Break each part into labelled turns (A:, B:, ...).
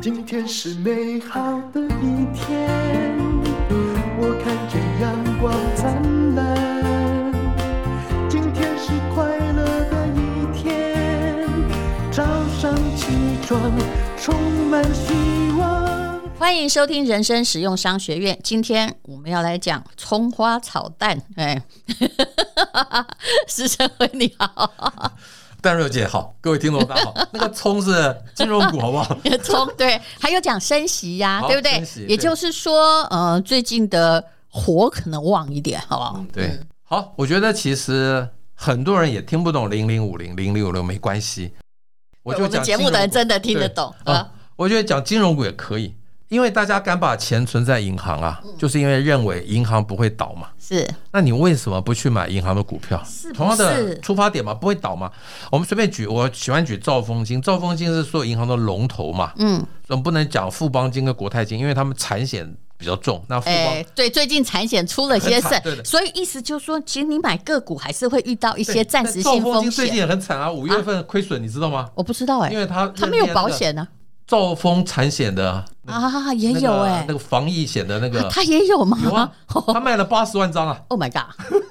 A: 今天是美好的一天，我看见阳光灿烂。今天是快乐的一天，早上起床充满希望。
B: 欢迎收听人生实用商学院。今天我们要来讲葱花炒蛋。哎， 石晨辉你好，
C: 淡若姐好，各位听众大家好。那个葱是金融股，好 不好？
B: 葱对，还有讲升息呀、
C: 好
B: 对不对
C: 升息？
B: 也
C: 对
B: 就是说，呃，最近的火可能旺一点，好不好？
C: 对，好，我觉得其实很多人也听不懂零零五零零零五六没关系，我就
B: 们
C: 讲
B: 节目
C: 金融
B: 的人
C: 股
B: 真的听得
C: 对
B: 懂
C: 啊
B: 啊。。
C: 我觉得讲金融股也可以，因为大家敢把钱存在银行啊，
B: 嗯
C: 就是因为认为银行不会倒嘛。
B: 是
C: 那你为什么不去买银行的股票？
B: 是不
C: 同样
B: 是
C: 的出发点嘛，不会倒嘛。我们随便举，我喜欢举兆丰金，兆丰金是所有银行的龙头嘛，
B: 嗯，
C: 总不能讲富邦金跟国泰金，因为他们产险比较重。那富邦、
B: 哎，对，最近产险出了些事
C: 很惨对，的
B: 所以意思就是说，其实你买个股还是会遇到一
C: 对
B: 些暂时
C: 但
B: 性
C: 兆丰
B: 风
C: 金最近
B: 险。
C: 也很惨啊，五月份亏损，你知道吗？
B: 我不知道哎、
C: 因为他
B: 他没有保，险啊呢、
C: 兆丰产险的
B: 啊，也
C: 那个
B: 有哎、
C: 那个防疫险的那
B: 啊
C: 个
B: 他也有吗？
C: 有 啊，他卖了八十万张啊。
B: Oh my god！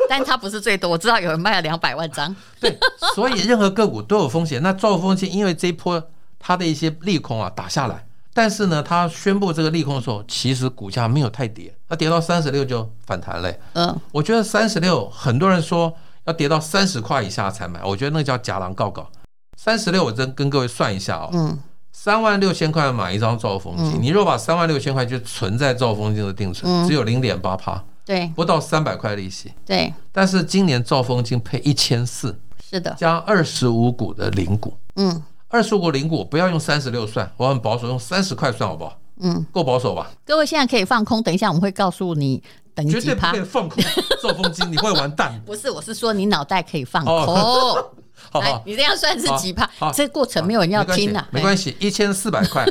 B: 但它不是最多，我知道有人卖了两百万张。
C: 对，所以任何个股都有风险。那兆丰金因为这一波它的一些利空啊打下来，但是呢，它宣布这个利空的时候，其实股价没有太跌，它跌到三十六就反弹了欸、
B: 嗯，
C: 我觉得三十六，很多人说要跌到三十块以下才买，我觉得那叫假狼告告。三十六，我真跟各位算一下哦，
B: 嗯，
C: 三万六千块买一张兆丰金，你若把三万六千块就存在兆丰金的定
B: 嗯
C: 存，只有零点八趴，
B: 对
C: 不到三百块利息。
B: 对，
C: 但是今年兆丰金配一千四，
B: 是的，
C: 加二十五股的零股，
B: 嗯
C: 二十五股零股不要用三十六算，我很保守，用三十块算好不好？
B: 嗯。
C: 够保守吧？
B: 各位现在可以放空，等一下我们会告诉你等
C: 绝
B: 几
C: 对不
B: 趴
C: 可以。放空兆丰金，你会 完蛋。
B: 不是，我是说你脑袋可以放空
C: 哦。好不
B: 哎
C: 好，？
B: 你这样算是几趴
C: 好？好
B: 这过程没有人要听啊。
C: 没关系，一千四百 块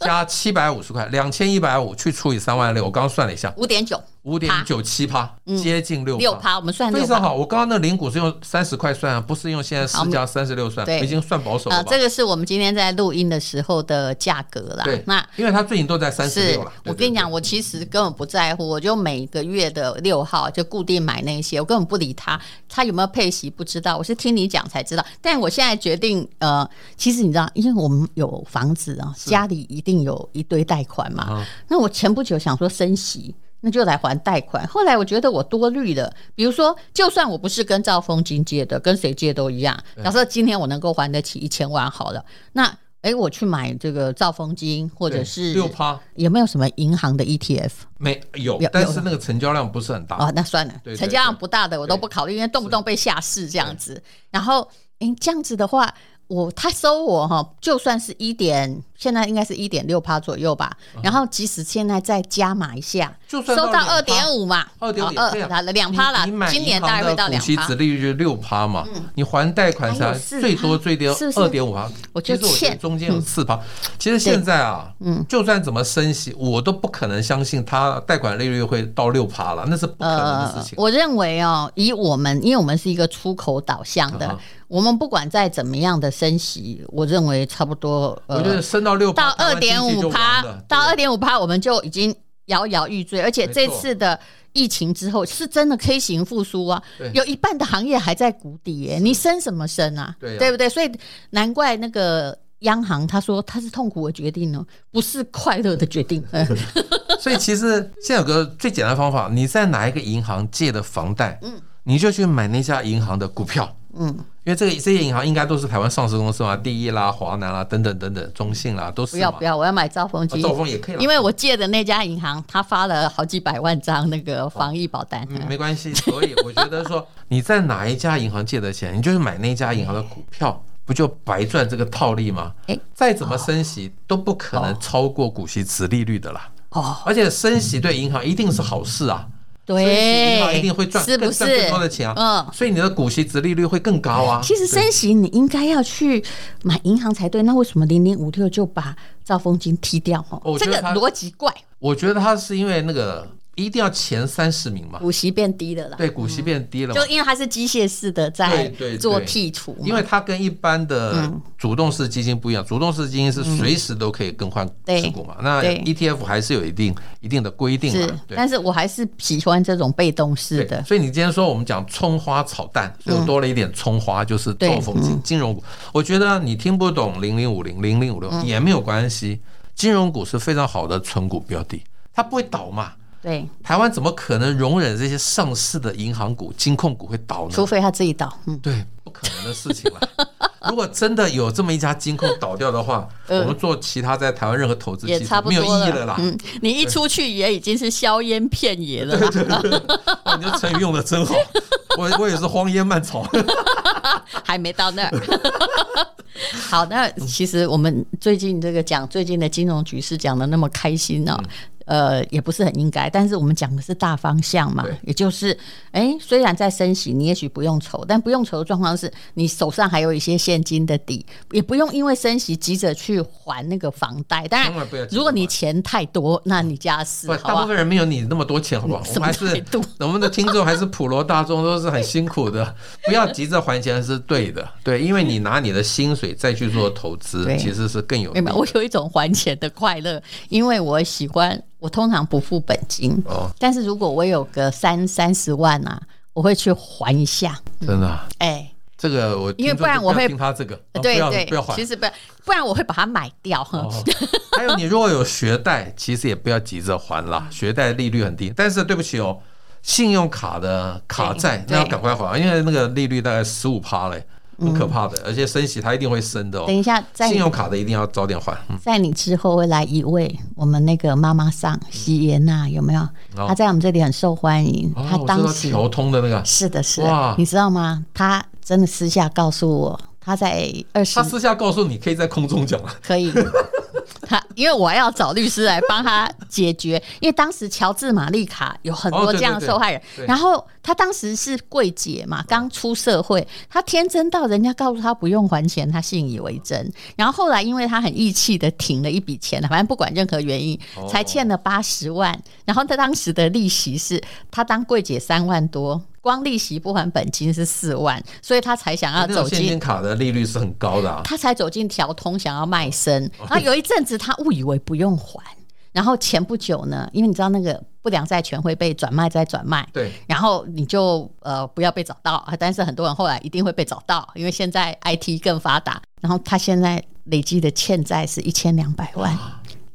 C: 加七百五十块，两千一百五去除以三万六，我刚刚算了一下，
B: 哎五点九
C: 五点九七趴，接近六
B: 嗯六。趴，我们算
C: 非
B: 六
C: 常
B: 趴。啊
C: 好，我刚刚那零股是用三十块算啊，不是用现在
B: 好
C: 市价三十六算，
B: 对
C: 已经算保守
B: 啊，
C: 了吧？
B: 这个是我们今天在录音的时候的价格啦
C: 对。，
B: 那
C: 因为它最近都在三十
B: 是
C: 六了。啊对
B: 我跟你，讲，
C: 对
B: 我其实根本不在乎，我就每个月的六号就固定买那些，我根本不理他，他有没有配息不知道，我是听你讲才知道。但我现在决定，呃，其实你知道，因为我们有房子啊，家里一定有一堆贷款嘛。
C: 嗯
B: 那我前不久想说升息。那就来还贷款。后来我觉得我多虑了，比如说，就算我不是跟兆丰金借的，跟谁借都一样。假设今天我能够还得起一千万好了，那诶、我去买这个兆丰金或者
C: 对
B: 是
C: 六趴
B: 有没有什么银行的 ETF
C: 没有
B: 有，
C: 但是那个成交量不是很大
B: 哦，，那算了
C: 啊对，对
B: 成交量不大的我都不考虑，因为动不动被下市这样子。然后，诶、这样子的话，我他收我哈，就算是一点，现在应该是一点六趴左右吧。然后，即使现在再加码一下，
C: 啊就
B: 收
C: 算
B: 到二
C: 2.5
B: 点五嘛，
C: 二点五
B: 哦
C: 对啊
B: 二两趴啦
C: 你你买，
B: 今年
C: 银行
B: 大概会
C: 的
B: 到
C: 股
B: 两
C: 息
B: 趴嗯
C: 殖。利率六趴嘛，你还贷款
B: 还
C: 才
B: 有4%
C: 最多最低
B: 是不是
C: 二点五趴。
B: 我就
C: 其实我觉得
B: 欠嗯
C: 中间有四趴。其实现在啊，嗯，就算怎么升息，我都不可能相信它贷款利率会到六趴了，那是不可能的事情。
B: 我认为哦，以我们，因为我们是一个出口导向的，
C: 啊哈
B: 我们不管再怎么样的升息，我认为差不多，呃，
C: 我觉得升到六
B: 到
C: 趴，
B: 二点五趴，到二点五趴，我们就已经摇摇欲坠。而且
C: 没
B: 这
C: 错
B: 次的疫情之后，是真的 K 型复苏啊
C: 对，
B: 有一半的行业还在谷底耶、你升什么升啊？
C: 对啊
B: 不对？所以难怪那个。央行他说他是痛苦的决定哦，不是快乐的决 定。 嗯
C: 所以其实现在有个最简单的方法，你在哪一个银行借的房贷，嗯，你就去买那家银行的股票，嗯，因为这个这些银行应该都是台湾上市公司嘛，第一啦、华南啦等等等等，中信啦都
B: 不
C: 是嘛。
B: 要不要，我要买兆丰
C: 啊，
B: 金，
C: 兆丰也可以啦，
B: 因为我借的那家银行，他发了好几百万张那个防疫保单。
C: 嗯没关系，所以我觉得说你在哪一家银行借的钱，你就是买那家银行的股票。不就白赚这个套利吗？
B: 哎
C: 再怎么升息都不可能超过股息值利率的啦。
B: 哦，
C: 而且升息对银行一定是好事啊。所以银
B: 对，
C: 行一定会赚
B: 是不
C: 更
B: 是
C: 赚更多的钱啊，
B: 嗯。
C: 所以你的股息值利率会更高啊。
B: 其实
C: 对
B: 升息你应该要去买银行才对，那为什么零零五六就把兆丰金踢掉？哦，
C: 我
B: 这
C: 觉
B: 个
C: 得他
B: 逻辑怪。
C: 我觉得它是因为那个。一定要前三十名嘛。
B: 股息变低了啦，
C: 对，股息变低了嘛
B: 就，因为它是机械式的
C: 对
B: 在
C: 对对
B: 做剔除嘛，
C: 因为它跟一般的
B: 嗯
C: 主动式基金不一样，主动式基金是随时都可以更换
B: 对
C: 持股嘛。那
B: 对
C: ETF 还是有一定一定的规定
B: 是
C: 嘛，，对。
B: 但是我还是喜欢这种被动式
C: 对，
B: 的，嗯
C: 所以你今天说我们讲葱花炒蛋，所以多了一点葱花，就是
B: 对
C: 中风金金融股。我觉得你听不懂零零五零、零零五六
B: 嗯
C: 也没有关系，金融股是非常好的存股标的，它不会倒嘛。
B: 对，
C: 台湾怎么可能容忍这些上市的银行股、金控股会倒呢
B: 除？非它自己倒，嗯，
C: 对，不可能的事情了。 如果真的有这么一家金控倒掉的话，我们做其他在台湾任何投资
B: 嗯也
C: 基
B: 差
C: 础
B: 不
C: 没有意
B: 多
C: 义
B: 了
C: 了啦。
B: 嗯，你一出去也已经是硝烟遍野了啦，
C: 哇你这成语用 的真好，我我也是荒烟蔓草。
B: 啊 还没到那儿。 好，那其实我们最近这个讲最近的金融局势讲的那么开心
C: 嗯
B: 呢、呃，也不是很应该，但是我们讲的是大方向嘛
C: 对，
B: 也就是，哎，虽然在升息，你也许不用愁，但不用愁的状况是你手上还有一些现金的底，也不用因为升息急着去还那个房贷。当然
C: 千万不要，急着
B: 如果你
C: 还
B: 钱太多，那你加四，
C: 不，
B: 好
C: 大
B: 不
C: 部
B: 好？
C: 分人没有你那么多钱，好不好？我
B: 什
C: 们
B: 么
C: 还
B: 态
C: 是
B: 度
C: 我们的听众还是普罗大众，都是很辛苦 的。不要急着还钱是对的，对，因为你拿你的薪水再去做投资
B: 对，
C: 其实是更有利
B: 明
C: 的
B: 白？我有一种还钱的快乐， 因为我喜欢，我通常不付本金，
C: 哦，
B: 但是如果我有个三三十万啊，我会去还一下。
C: 真的啊，
B: 哎、
C: 这个我
B: 因为
C: 听说
B: 不然
C: 就
B: 我会
C: 要听他这个，啊
B: 对
C: 不要
B: 对，
C: 不要还
B: 其。实不要，不然我会把它买掉。哼
C: 哦，还有你如果有学贷，其实也不要急着还啦，
B: 嗯
C: 学贷利率很低。但是对不起哦，信用卡的卡债
B: 对
C: 那要赶快还，因为那个利率大概十五趴嘞，很可怕的，而且升息它一定会升的哦。
B: 嗯等一下，在
C: 信
B: 你
C: 用卡的一定要早点还。嗯
B: 在你之后会来一位我们那个妈妈桑席耶娜，有没有？
C: 哦
B: 她在我们这里很受欢迎。
C: 哦
B: 她，
C: 我知
B: 当
C: 道
B: 时
C: 调通的那个，
B: 是的是的
C: 哇，
B: 你知道吗？她真的私下告诉我，她在二十
C: 他私下告诉你可以在空中讲啊了。
B: 可以。他因为我要找律师来帮他解决，因为当时乔治玛丽卡有很
C: 哦
B: 多
C: 对
B: 这样的
C: 对对
B: 受害人，
C: 对
B: 然后他当时是柜姐嘛，刚出社会，他天真到人家告诉他不用还钱，他信以为真，然后后来因为他很义气的挺了一笔钱，反正不管任何原因，
C: 哦
B: 才欠了八十万，然后他当时的利息是他当柜姐三万多。光利息不还本金是四万，所以他才想要
C: 那
B: 啊走
C: 种现
B: 进
C: 金卡的利率是很高的啊。
B: 他才走进调通，想要卖身。
C: 哦
B: 然后有一阵子，他误以为不用还，然后前不久呢，因为你知道那个不良债权会被转卖再转卖，
C: 对，
B: 然后你就呃不要被找到啊。但是很多人后来一定会被找到，因为现在 IT 更发达。然后他现在累积的欠债是一千两百万，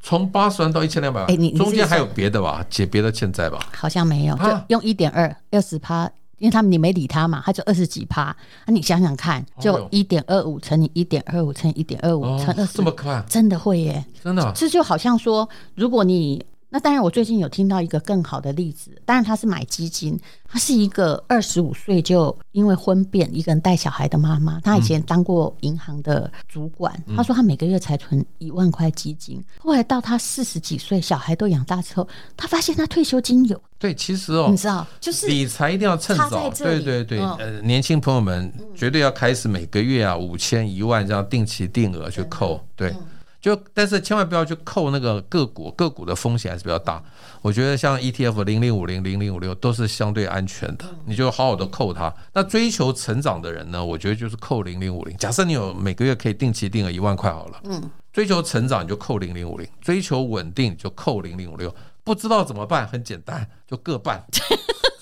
C: 从八十万到一千两百
B: 哎你
C: 万，
B: 你自己
C: 中间还有
B: 算
C: 别的吧，解别的欠债吧。
B: 好像没有，就
C: 啊
B: 用一点二二十趴。因为他们你没理他嘛，他就二十几趴，那、你想想看，
C: 哎
B: 就
C: 呦
B: 一点二五乘以一点二五乘以一点二五
C: 哦
B: 乘二，十
C: 这，么快，
B: 真的会耶！
C: 真的啊
B: 这就好像说，如果你那当然，我最近有听到一个更好的例子，当然他是买基金，他是一个二十五岁就因为婚变一个人带小孩的妈妈，她以前当过银行的主管，
C: 嗯
B: 她说她每个月才存一万块基金，后来到她四十几岁，小孩都养大之后，她发现她退休金有，
C: 对，其实哦
B: 你，知道，就是
C: 理财一定要趁
B: 差在
C: 早，
B: 这里
C: 对对对，
B: 嗯
C: 呃，年轻朋友们绝对要开始每个月啊五千一万这样定期定额去扣，对，
B: 嗯
C: 就但是千万不要去扣那个个股，个股的风险还是比较大。我觉得像 ETF 零零五零零零五六都是相对安全的，
B: 嗯
C: 你就好好的扣它。那追求成长的人呢，我觉得就是扣零零五零。假设你有每个月可以定期定额一万块好了，嗯，追求成长你就扣零零五零，追求稳定你就扣零零五六。不知道怎么办，很简单，就各半。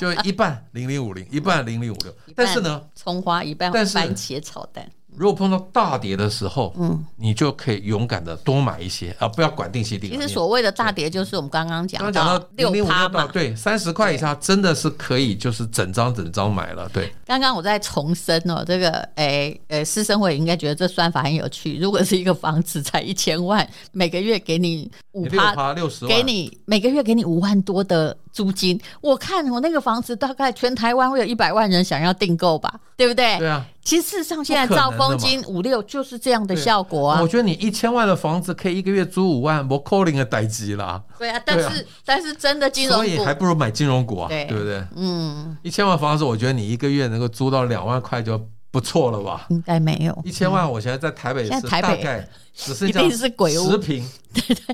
C: 就一半零零五零，一半零零五六。但是呢，，
B: 葱花一半
C: 但是
B: 番茄炒蛋，
C: 如果碰到大跌的时候，嗯，你就可以勇敢的多买一些啊，不要管定期定额。
B: 其实
C: 你
B: 所谓的大跌，就是我们刚刚
C: 刚
B: 讲
C: 刚讲
B: 到
C: 到
B: 六
C: 零零五
B: 趴
C: 六
B: 嘛
C: 到，对三十块以下，真的是可以就是整张整张买了，对。
B: 刚刚我在重申哦，这个诶诶，师生会应该觉得这算法很有趣。如果是一个房子才一千万， 每个月给你五
C: 你六
B: 趴，
C: 趴六十万，
B: 给你每个月给你五万多的租金，我看我那个房子大概全台湾会有一百万人想要订购吧，对不对？
C: 对啊。
B: 其实事实上现在
C: 不可
B: 造
C: 能的嘛
B: 风金五六就是这样的效果啊
C: 我，觉得你一千万的房子可以一个月租五万，我扣零的代机啦，
B: 对啊。但是、但是真的金融
C: 所以
B: 股
C: 还，不如买金融股啊，
B: 对
C: 对不对？
B: 嗯，
C: 一千万房子，我觉得你一个月能够租到两万块就不不错了吧？
B: 应该没有
C: 一千万，我现在在台
B: 嗯
C: 北
B: 现
C: 市
B: 在台
C: 大
B: 北
C: 概只剩
B: 一
C: 下
B: 定是鬼屋
C: 十平，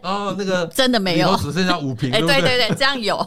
C: 然后那个
B: 真的没有
C: 里头只剩下 五平，
B: 哎、
C: 对不
B: 对
C: 对？
B: 对对，这样有。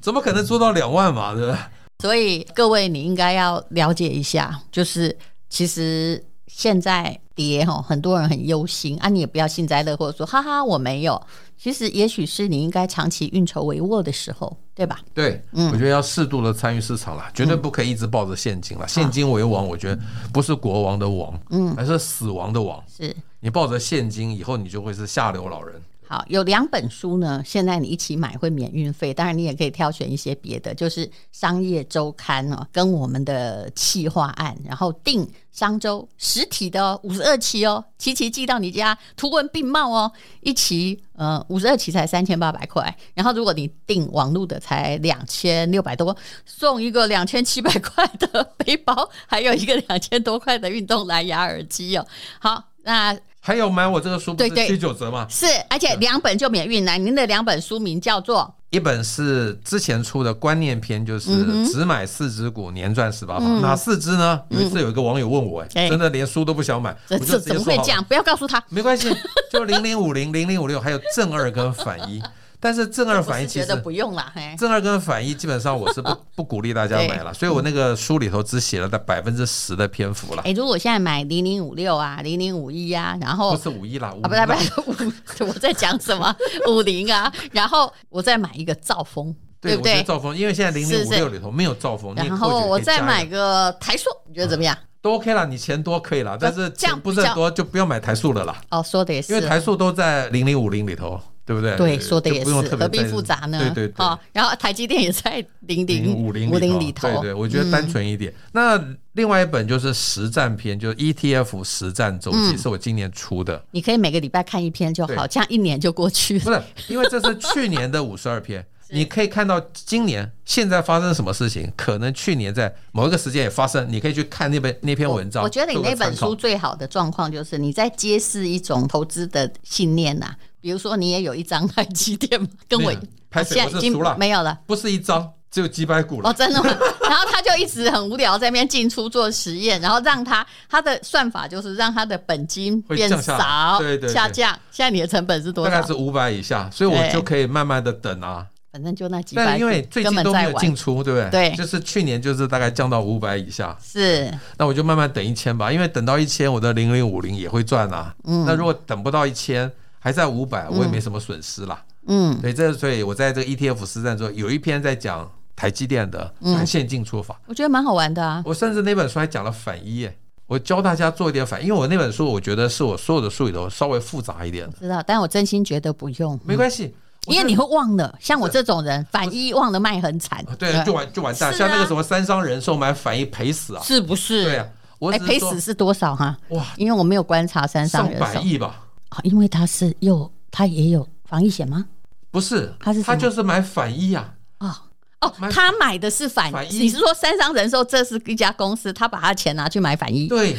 C: 怎么可能做到两万嘛？对不对？
B: 所以各位，你应该要了解一下，就是其实现在跌哈，很多人很忧心啊，你也不要幸灾乐祸，说哈哈我没有。其实也许是你应该长期运筹帷幄的时候，对吧？
C: 对，
B: 嗯
C: 我觉得要适度的参与市场啦，绝对不可以一直抱着现金
B: 嗯
C: 啦。现金为王，我觉得不是国王的王，嗯，而是死亡的王。
B: 是。
C: 你抱着现金以后，你就会是下流老人。
B: 好，有两本书呢，现在你一起买会免运费，当然你也可以挑选一些别的，就是《商业周刊》哦，跟我们的企划案，然后订商周实体的哦，五十二期哦，期期寄到你家，图文并茂哦，一期呃五十二期才三千八百块，然后如果你订网络的才两千六百多，送一个两千七百块的背包，还有一个两千多块的运动蓝牙耳机哦。好，那
C: 还有买我这个书不是
B: 对对
C: 七九折吗？
B: 是，而且两本就免运来。您的两本书名叫做
C: 一本是之前出的观念篇，
B: 嗯
C: 就是只买四只股，年赚十八趴。哪四只呢？有一次有一个网友问我，哎，
B: 嗯哎
C: 真的连书都不想买，
B: “这
C: 我就
B: 这
C: 直接
B: 怎么
C: 说好
B: 会
C: 了
B: 这样？不要告诉他。
C: 没关系，就零零五零、零零五六，还有正二跟反一。但是正”二
B: 我
C: 反一
B: 是
C: 其
B: 觉
C: 实
B: 得不用啦，嘿，
C: 正二跟反一基本上我是 不不鼓励大家买了，所以我那个书里头只写了百分之十的篇幅了
B: 嗯哎、，如果现在买零零五六啊、零零五一啊，然后
C: 不
B: 啊，
C: 是五一啦，五
B: 不
C: 一啦
B: 对不对， 五，我在讲什么五零啊，然后我再买一个兆丰，
C: 对，
B: 不
C: 我觉得
B: 对？
C: 兆丰，因为现在零
B: 是
C: 零五
B: 是
C: 六里头没有兆丰，你也
B: 然
C: 或许
B: 后
C: 可以
B: 我再
C: 加一
B: 买
C: 个嗯
B: 个台塑，你觉得怎么样？
C: 都 OK 啦，你钱多可以啦，但是
B: 呃这样
C: 钱不是
B: 比较
C: 很多就不要买台塑了啦，
B: 哦，说的也是
C: 因为，台塑都在零零五零里头，对不对？
B: 对，
C: 就
B: 说的也
C: 不用
B: 是，
C: 特别
B: 何必
C: 在意
B: 复杂呢？
C: 对对对，
B: 哦，然后台积电也在零
C: 零
B: 零
C: 五零
B: 五零
C: 里
B: 里头，嗯
C: 对对，我觉得单纯一点。那另外一本就是实战篇，就是 ETF 实战周
B: 嗯
C: 记，是我今年出的。
B: 你可以每个礼拜看一篇就好，
C: 对
B: 这样一年就过去
C: 不
B: 了。
C: 是，因为这是去 年的五十二篇，你可以看到今年现在发生什么事情，可能去年在某一个时间也发生，你可以去看那本那篇文章。
B: 我觉得你
C: 做个
B: 那本
C: 参考
B: 书最好的状况就是你在揭示一种投资的信念呐、比如说你也有一张台积电嘛，跟我
C: 没有拍水
B: 现
C: 我
B: 在
C: 是
B: 已经
C: 熟了
B: 没有了。
C: 不是一张，只有几百股了。
B: 哦，真的吗？ 然后他就一直很无聊，在那边进出做实验，然后让他他的算法就是让他的本金
C: 会
B: 变
C: 降下来
B: 少，
C: 对对对
B: 下降。现在你的成本是多
C: 大概
B: 少
C: 是？五百以下，所以我
B: 对
C: 就可以慢慢的等啊。
B: 反正就那几百
C: 但
B: 股，
C: 因为最
B: 根
C: 近
B: 本
C: 都没
B: 在
C: 有
B: 玩
C: 进。出，对不
B: 对
C: 就是去年就是大概降到五百以下，
B: 是
C: 那我就慢慢等一千吧，因为等到一千，我的零零五零也会赚啊。
B: 嗯
C: 那如果等不到一千，还在五百，我也没什么损失啦。
B: 嗯，
C: 对，这所以我在这个 ETF 实战中有一篇在讲台积电的
B: 嗯
C: 短线进出法，
B: 我觉得蛮好玩的啊。
C: 我甚至那本书还讲了反一耶。我教大家做一点反，因为我那本书我觉得是我所有的书里头稍微复杂一点的，
B: 知道，但我真心觉得不用，
C: 没关系，我
B: 嗯因为
C: 就
B: 你会忘了，像我这种人，反一忘了卖很惨，
C: 啊对就完就完蛋，
B: 是啊
C: 像那个什么三商人寿买反一赔死啊，
B: 是不是？
C: 对啊，我
B: 哎，
C: 只是
B: 赔
C: 说
B: 死是多少哈？
C: 哇，
B: 因为我没有观察三商
C: 上
B: 人
C: 百
B: 寿，
C: 亿吧，
B: 哦因为他是又他也有防疫险吗？
C: 不是，
B: 他是什么
C: 就是买反一啊，
B: 哦哦
C: 买，
B: 他买的是反，
C: 反一
B: 你是说三商人寿这是一家公司，他把他钱拿去买反一？
C: 对，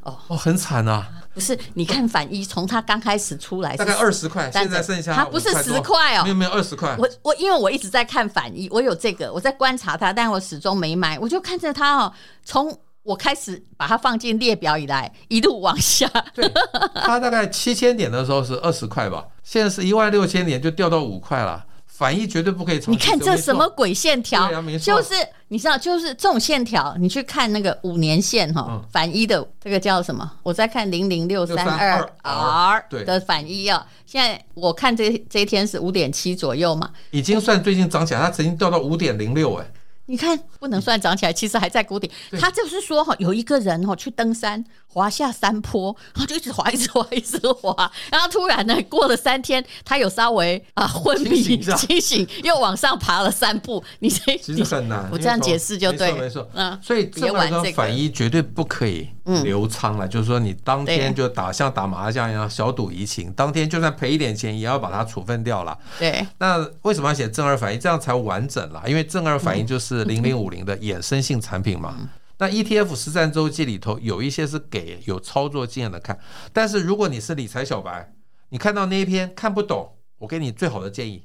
C: 哦，很惨啊，
B: 不是，你看反一从他刚开始出哎来是
C: 大概二十块，
B: 但
C: 现
B: 是
C: 在剩下
B: 它不是
C: 5多
B: 10块哦
C: 没有没有二十块，
B: 我我因为我一直在看反一，我有这个，我在观察它，但我始终没买。我就看着它哦，从我开始把它放进列表以来，一路往下。
C: 对，它大概七千点的时候是二十块吧，现在是一万六千点就掉到五块了，反一绝对不可以长
B: 你
C: 期持有。
B: 看这什么
C: 没错？
B: 鬼线条？
C: 对啊没错
B: 就是你知道，就是这种线条，你去看那个五年线哈、
C: 嗯
B: 反一的这个叫什么？我在看零零六三二
C: R，
B: R
C: 对
B: 的反一啊。现在我看这这一天是五点七左右嘛，
C: 已经算最近涨起来，它曾经掉到五点零六，哎，
B: 你看，不能算涨起来，其实还在谷底
C: 对。
B: 他就是说哈，有一个人哈去登山，滑下山坡，然后就一直滑，一直滑，一直滑，然后突然呢，过了三天，他有稍微啊昏迷
C: 清醒一下
B: 清醒，又往上爬了三步。你这
C: 其实很 难。
B: 我
C: 没
B: 这样
C: 错
B: 解释就对
C: 没错，没错
B: 嗯
C: 所以这
B: 别玩
C: 个
B: 这个
C: 反一绝对不可以留仓了，就是说你当天就打像打麻将一样小赌怡情，当天就算赔一点钱也要把它处分掉了。
B: 对
C: 那为什么要写正二反应？这样才完整啦，因为正二反应
B: 嗯
C: 就是零零五零 的衍生性产品嘛。那 ETF 实战周记里头有一些是给有操作经验的看，但是如果你是理财小白，你看到那一篇看不懂，我给你最好的建议，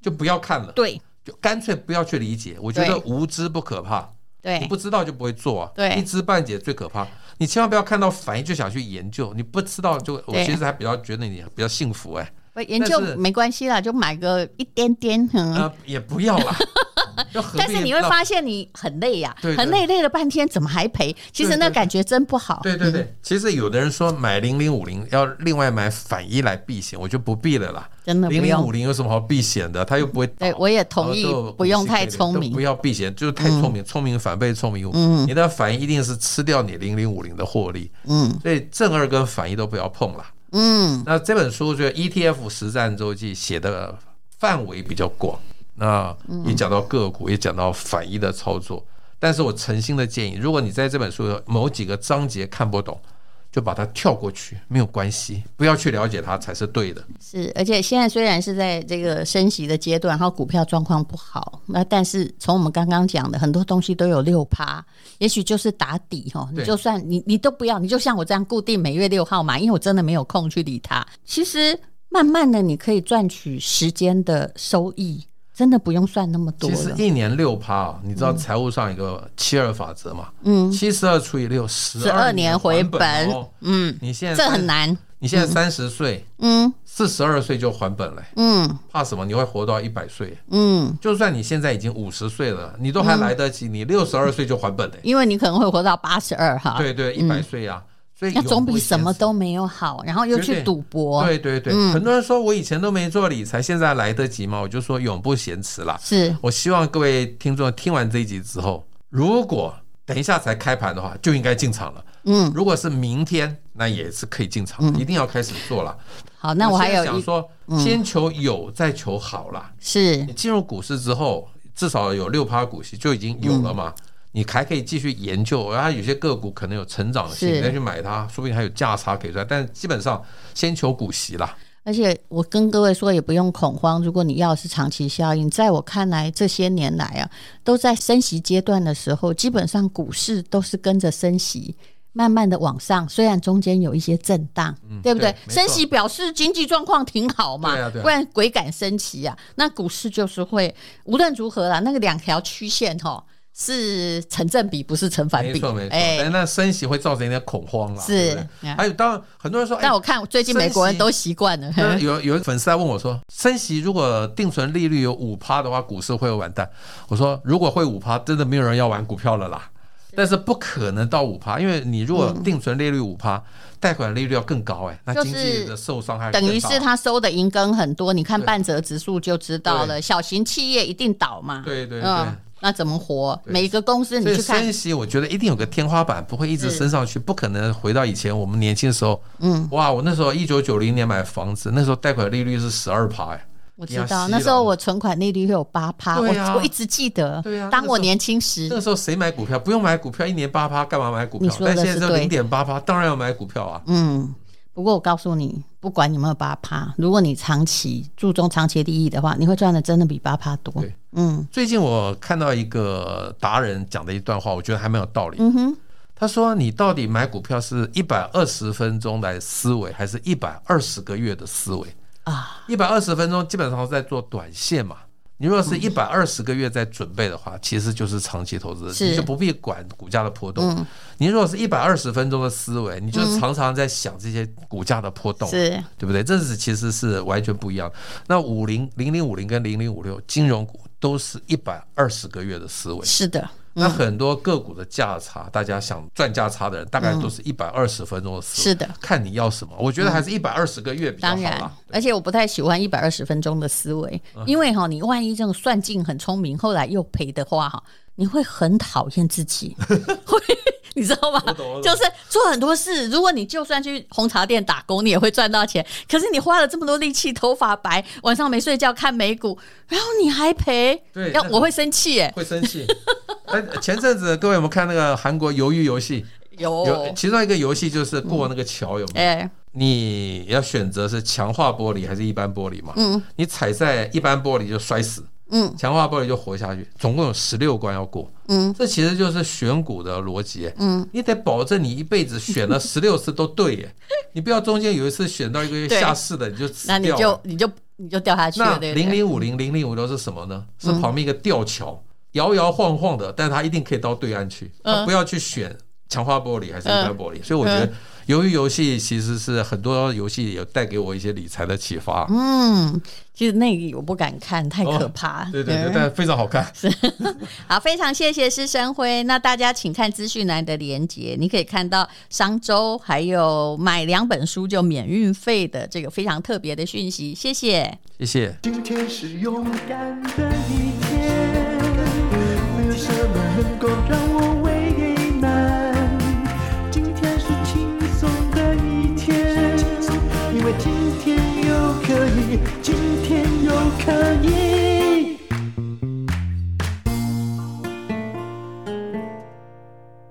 C: 就不要看了，
B: 对
C: 就干脆不要去理解。我觉得
B: 对
C: 无知不可怕，
B: 对
C: 你不知道就不会做啊。
B: 对
C: 一知半解最可怕。你千万不要看到反应就想去研究，你不知道就我
B: 对
C: 其实还比较觉得你比较幸福哎、
B: 不研究
C: 但是
B: 没关系啦，就买个一点点，嗯。
C: 呃，也不要 啦。就何必
B: 但是你会
C: 浪
B: 发现你很累呀、
C: 对对
B: 很累，累了半天，怎么还赔？其实那
C: 对对
B: 感觉真不好。
C: 对对
B: 嗯
C: 对，其实有的人说买零零五零要另外买反一来避险，我就不避了啦。
B: 真的不
C: 零零五
B: 用。
C: 零有什么好避险的？它又不会倒。
B: 对，我也
C: 然后
B: 同意
C: 呃都有，
B: 不用
C: 股息可以
B: 太
C: 领
B: 聪
C: 都
B: 明嗯
C: 不。要避险，就是太聪明，聪明反被聪明误。你的反应一定是吃掉你零零五零的获利，
B: 嗯
C: 所以正二跟反一都不要碰啦。
B: 嗯，
C: 那这本书就 ETF 实战周记写的范围比较广，那
B: 嗯
C: 也讲到个股，也讲到反一的操作。但是我诚心的建议，如果你在这本书的某几个章节看不懂，就把它跳过去，没有关系，不要去了解它才是对的。
B: 是，而且现在虽然是在这个升息的阶段，然后股票状况不好，那但是从我们刚刚讲的很多东西都有六趴，也许就是打底哈。你
C: 对
B: 就算你你都不要，你就像我这样固定每月六号嘛，因为我真的没有空去理它。其实慢慢的，你可以赚取时间的收益，真的不用算那么多
C: 其实
B: 了。
C: 一年六趴啊，你知道财务上有一个七二法则嘛？
B: 嗯，
C: 七十二除以六，十
B: 12
C: 年
B: 年回
C: 本哦。
B: 嗯，
C: 你现在
B: 这
C: 三
B: 很。难。
C: 你现在三十岁，
B: 嗯
C: 四十二岁就还本了，
B: 嗯
C: 怕什么？你会活到一百岁。
B: 嗯，
C: 就算你现在已经五十岁了，你都还来得及，你六十二岁就还本的、
B: 因为你可能会活到八十二哈。
C: 对对，一百岁呀、所以
B: 那
C: 永
B: 嗯总
C: 不
B: 比
C: 嫌
B: 什么
C: 迟
B: 都嗯没有好，然后又
C: 绝
B: 去
C: 对
B: 赌博，
C: 对对对、很多人说我以前都没做理财，现在来得及吗？我就说永不嫌迟啦。
B: 是
C: 我希望各位听众听完这一集之后，如果等一下才开盘的话，就应该进场了。
B: 嗯，
C: 如果是明天，那也是可以进场的，一定要开始做了。
B: 好。那我
C: 我
B: 还
C: 现在
B: 有
C: 想
B: 一嗯
C: 说，先求有，再求好啦。
B: 是
C: 你进入股市之后，至少有六趴股息就已经有了嘛，
B: 嗯
C: 你还可以继续研究，然后有些个股可能有成长性，
B: 是
C: 你再去买它，说不定还有价差可以赚。但基本上先求股息啦，
B: 而且我跟各位说，也不用恐慌。如果你要的是长期效应，在我看来，这些年来啊，都在升息阶段的时候，基本上股市都是跟着升息。慢慢的往上，虽然中间有一些震荡，对不对？
C: 嗯对没错
B: 升息表示经济状况挺好嘛，
C: 对啊对啊
B: 不然鬼敢升息啊。那股市就是会无论如何啦，那个两条曲线哈、哦、是成正比，不是成反
C: 没
B: 比
C: 错没，错。
B: 哎、
C: 但那升息会造成一点恐慌啦，
B: 是
C: 对不对
B: 嗯
C: 还有当然很多人说，哎
B: 但我看最近美国人都习惯 了。
C: 那有有粉丝在问我说，升息如果定存利率有五趴的话，股市会完蛋。我说如果会五趴，真的没有人要玩股票了啦。但是不可能到五趴，因为你如果
B: 嗯
C: 定存利率五趴，贷款利率要更高哎、那经济的受伤害更
B: 等
C: 大
B: 于是他收的银根很多，你看
C: 对
B: 半折指数就知道了。
C: 对
B: 小型企业一定倒嘛，
C: 对对对。
B: 嗯，那怎么活？
C: 对
B: 每一个公司
C: 所
B: 你
C: 以
B: 去看
C: 升，息，我觉得一定有个天花板，不会一直
B: 是
C: 升上去，不可能回到以前我们年轻的时候。
B: 嗯，
C: 哇，我那时候一九九零年买房子，那时候贷款利率是十二趴哎。
B: 我
C: 你
B: 知
C: 要吸
B: 道
C: 了
B: 那时候我存款利率会有八趴，我
C: 对啊
B: 我一直记得
C: 对啊，
B: 当
C: 那个时候
B: 我年轻时
C: 那个时候谁买股票？不用买股票，一年八趴，干嘛买股
B: 你
C: 票？
B: 说的
C: 但现
B: 是
C: 在只有
B: 对
C: 零点八趴，当然要买股票啊。
B: 嗯，不过我告诉你，不管你有没有八趴，如果你长期注重长期利益的话，你会赚的真的比八趴多
C: 对。
B: 嗯
C: 最近我看到一个达人讲的一段话，我觉得还蛮有道理。
B: 嗯哼，
C: 他说：“啊你到底买股票是一百二十分钟来思维，还是一百二十个月的思维？
B: 啊，
C: 一百二十分钟基本上是在做短线嘛。你如果
B: 嗯
C: 是一百二十个月在准备的话，其实就是长期投资，
B: 是嗯
C: 你就不必管股价的波动。你如果是一百二十分钟的思维，你就常常在想这些股价的波动。”
B: 是
C: 对不对？这是其实是完全不一样。那五零零零五零跟零零五六金融股都是一百二十个月的思维，
B: 是的，
C: 那很多个股的价差，大家想赚价差的人，大概都是一百二十分钟的思
B: 嗯
C: 维。
B: 是的，嗯
C: 看你要什么。我觉得还是一百二十个月比较好啊
B: 当然
C: 啦。，
B: 而且我不太喜欢一百二十分钟的思维，
C: 嗯
B: 因为哈，你万一这种算尽很聪明，后来又赔的话哈，你会很讨厌自 己，会。你知道吗
C: 我懂我？懂
B: 就是做很多事，如果你就算去红茶店打工，你也会赚到钱。可是你花了这么多力气，头发白，晚上没睡觉看美股，然后你还赔，
C: 对
B: 要
C: 那个
B: 我会生气耶。
C: 会生 气。哎，前阵子各位有没有看那个韩国鱿鱼游戏？有
B: 有，
C: 其中一个游戏就是过那个桥，有没有？
B: 哎，
C: 你要选择是强化玻璃还是一般玻璃嘛？
B: 嗯，
C: 你踩在一般玻璃就摔死，
B: 嗯，
C: 强化玻璃就活下去，总共有十六关要过，
B: 嗯，
C: 这其实就是选股的逻辑，
B: 嗯，
C: 你得保证你一辈子选了十六次都 对耶，你不要中间有一次选到一个
B: 对
C: 下市的你就死
B: 那你
C: 掉
B: 就
C: 了。
B: 你就你就掉下去
C: 那
B: 了，对不
C: 零
B: 对？嗯
C: 零五零零零五六是什么呢？是旁边一个吊桥，摇摇晃晃的，但他一定可以到对岸去，
B: 嗯嗯
C: 他不要去选强化玻璃还是一般玻璃。所以我觉得，由于游戏其实是很多游戏有带给我一些理财的启发。
B: 嗯，其实那个我不敢看，太可怕。
C: 哦对对对，但非常好看。
B: 好，非常谢谢施生辉。那大家请看资讯栏的连接，你可以看到商周还有买两本书就免运费的这个非常特别的讯息。谢谢。
C: 谢谢。
A: 今天是勇敢的一天，没有什么能够让我为难。今天是轻松的一天，因为今天又可以，今天又可以。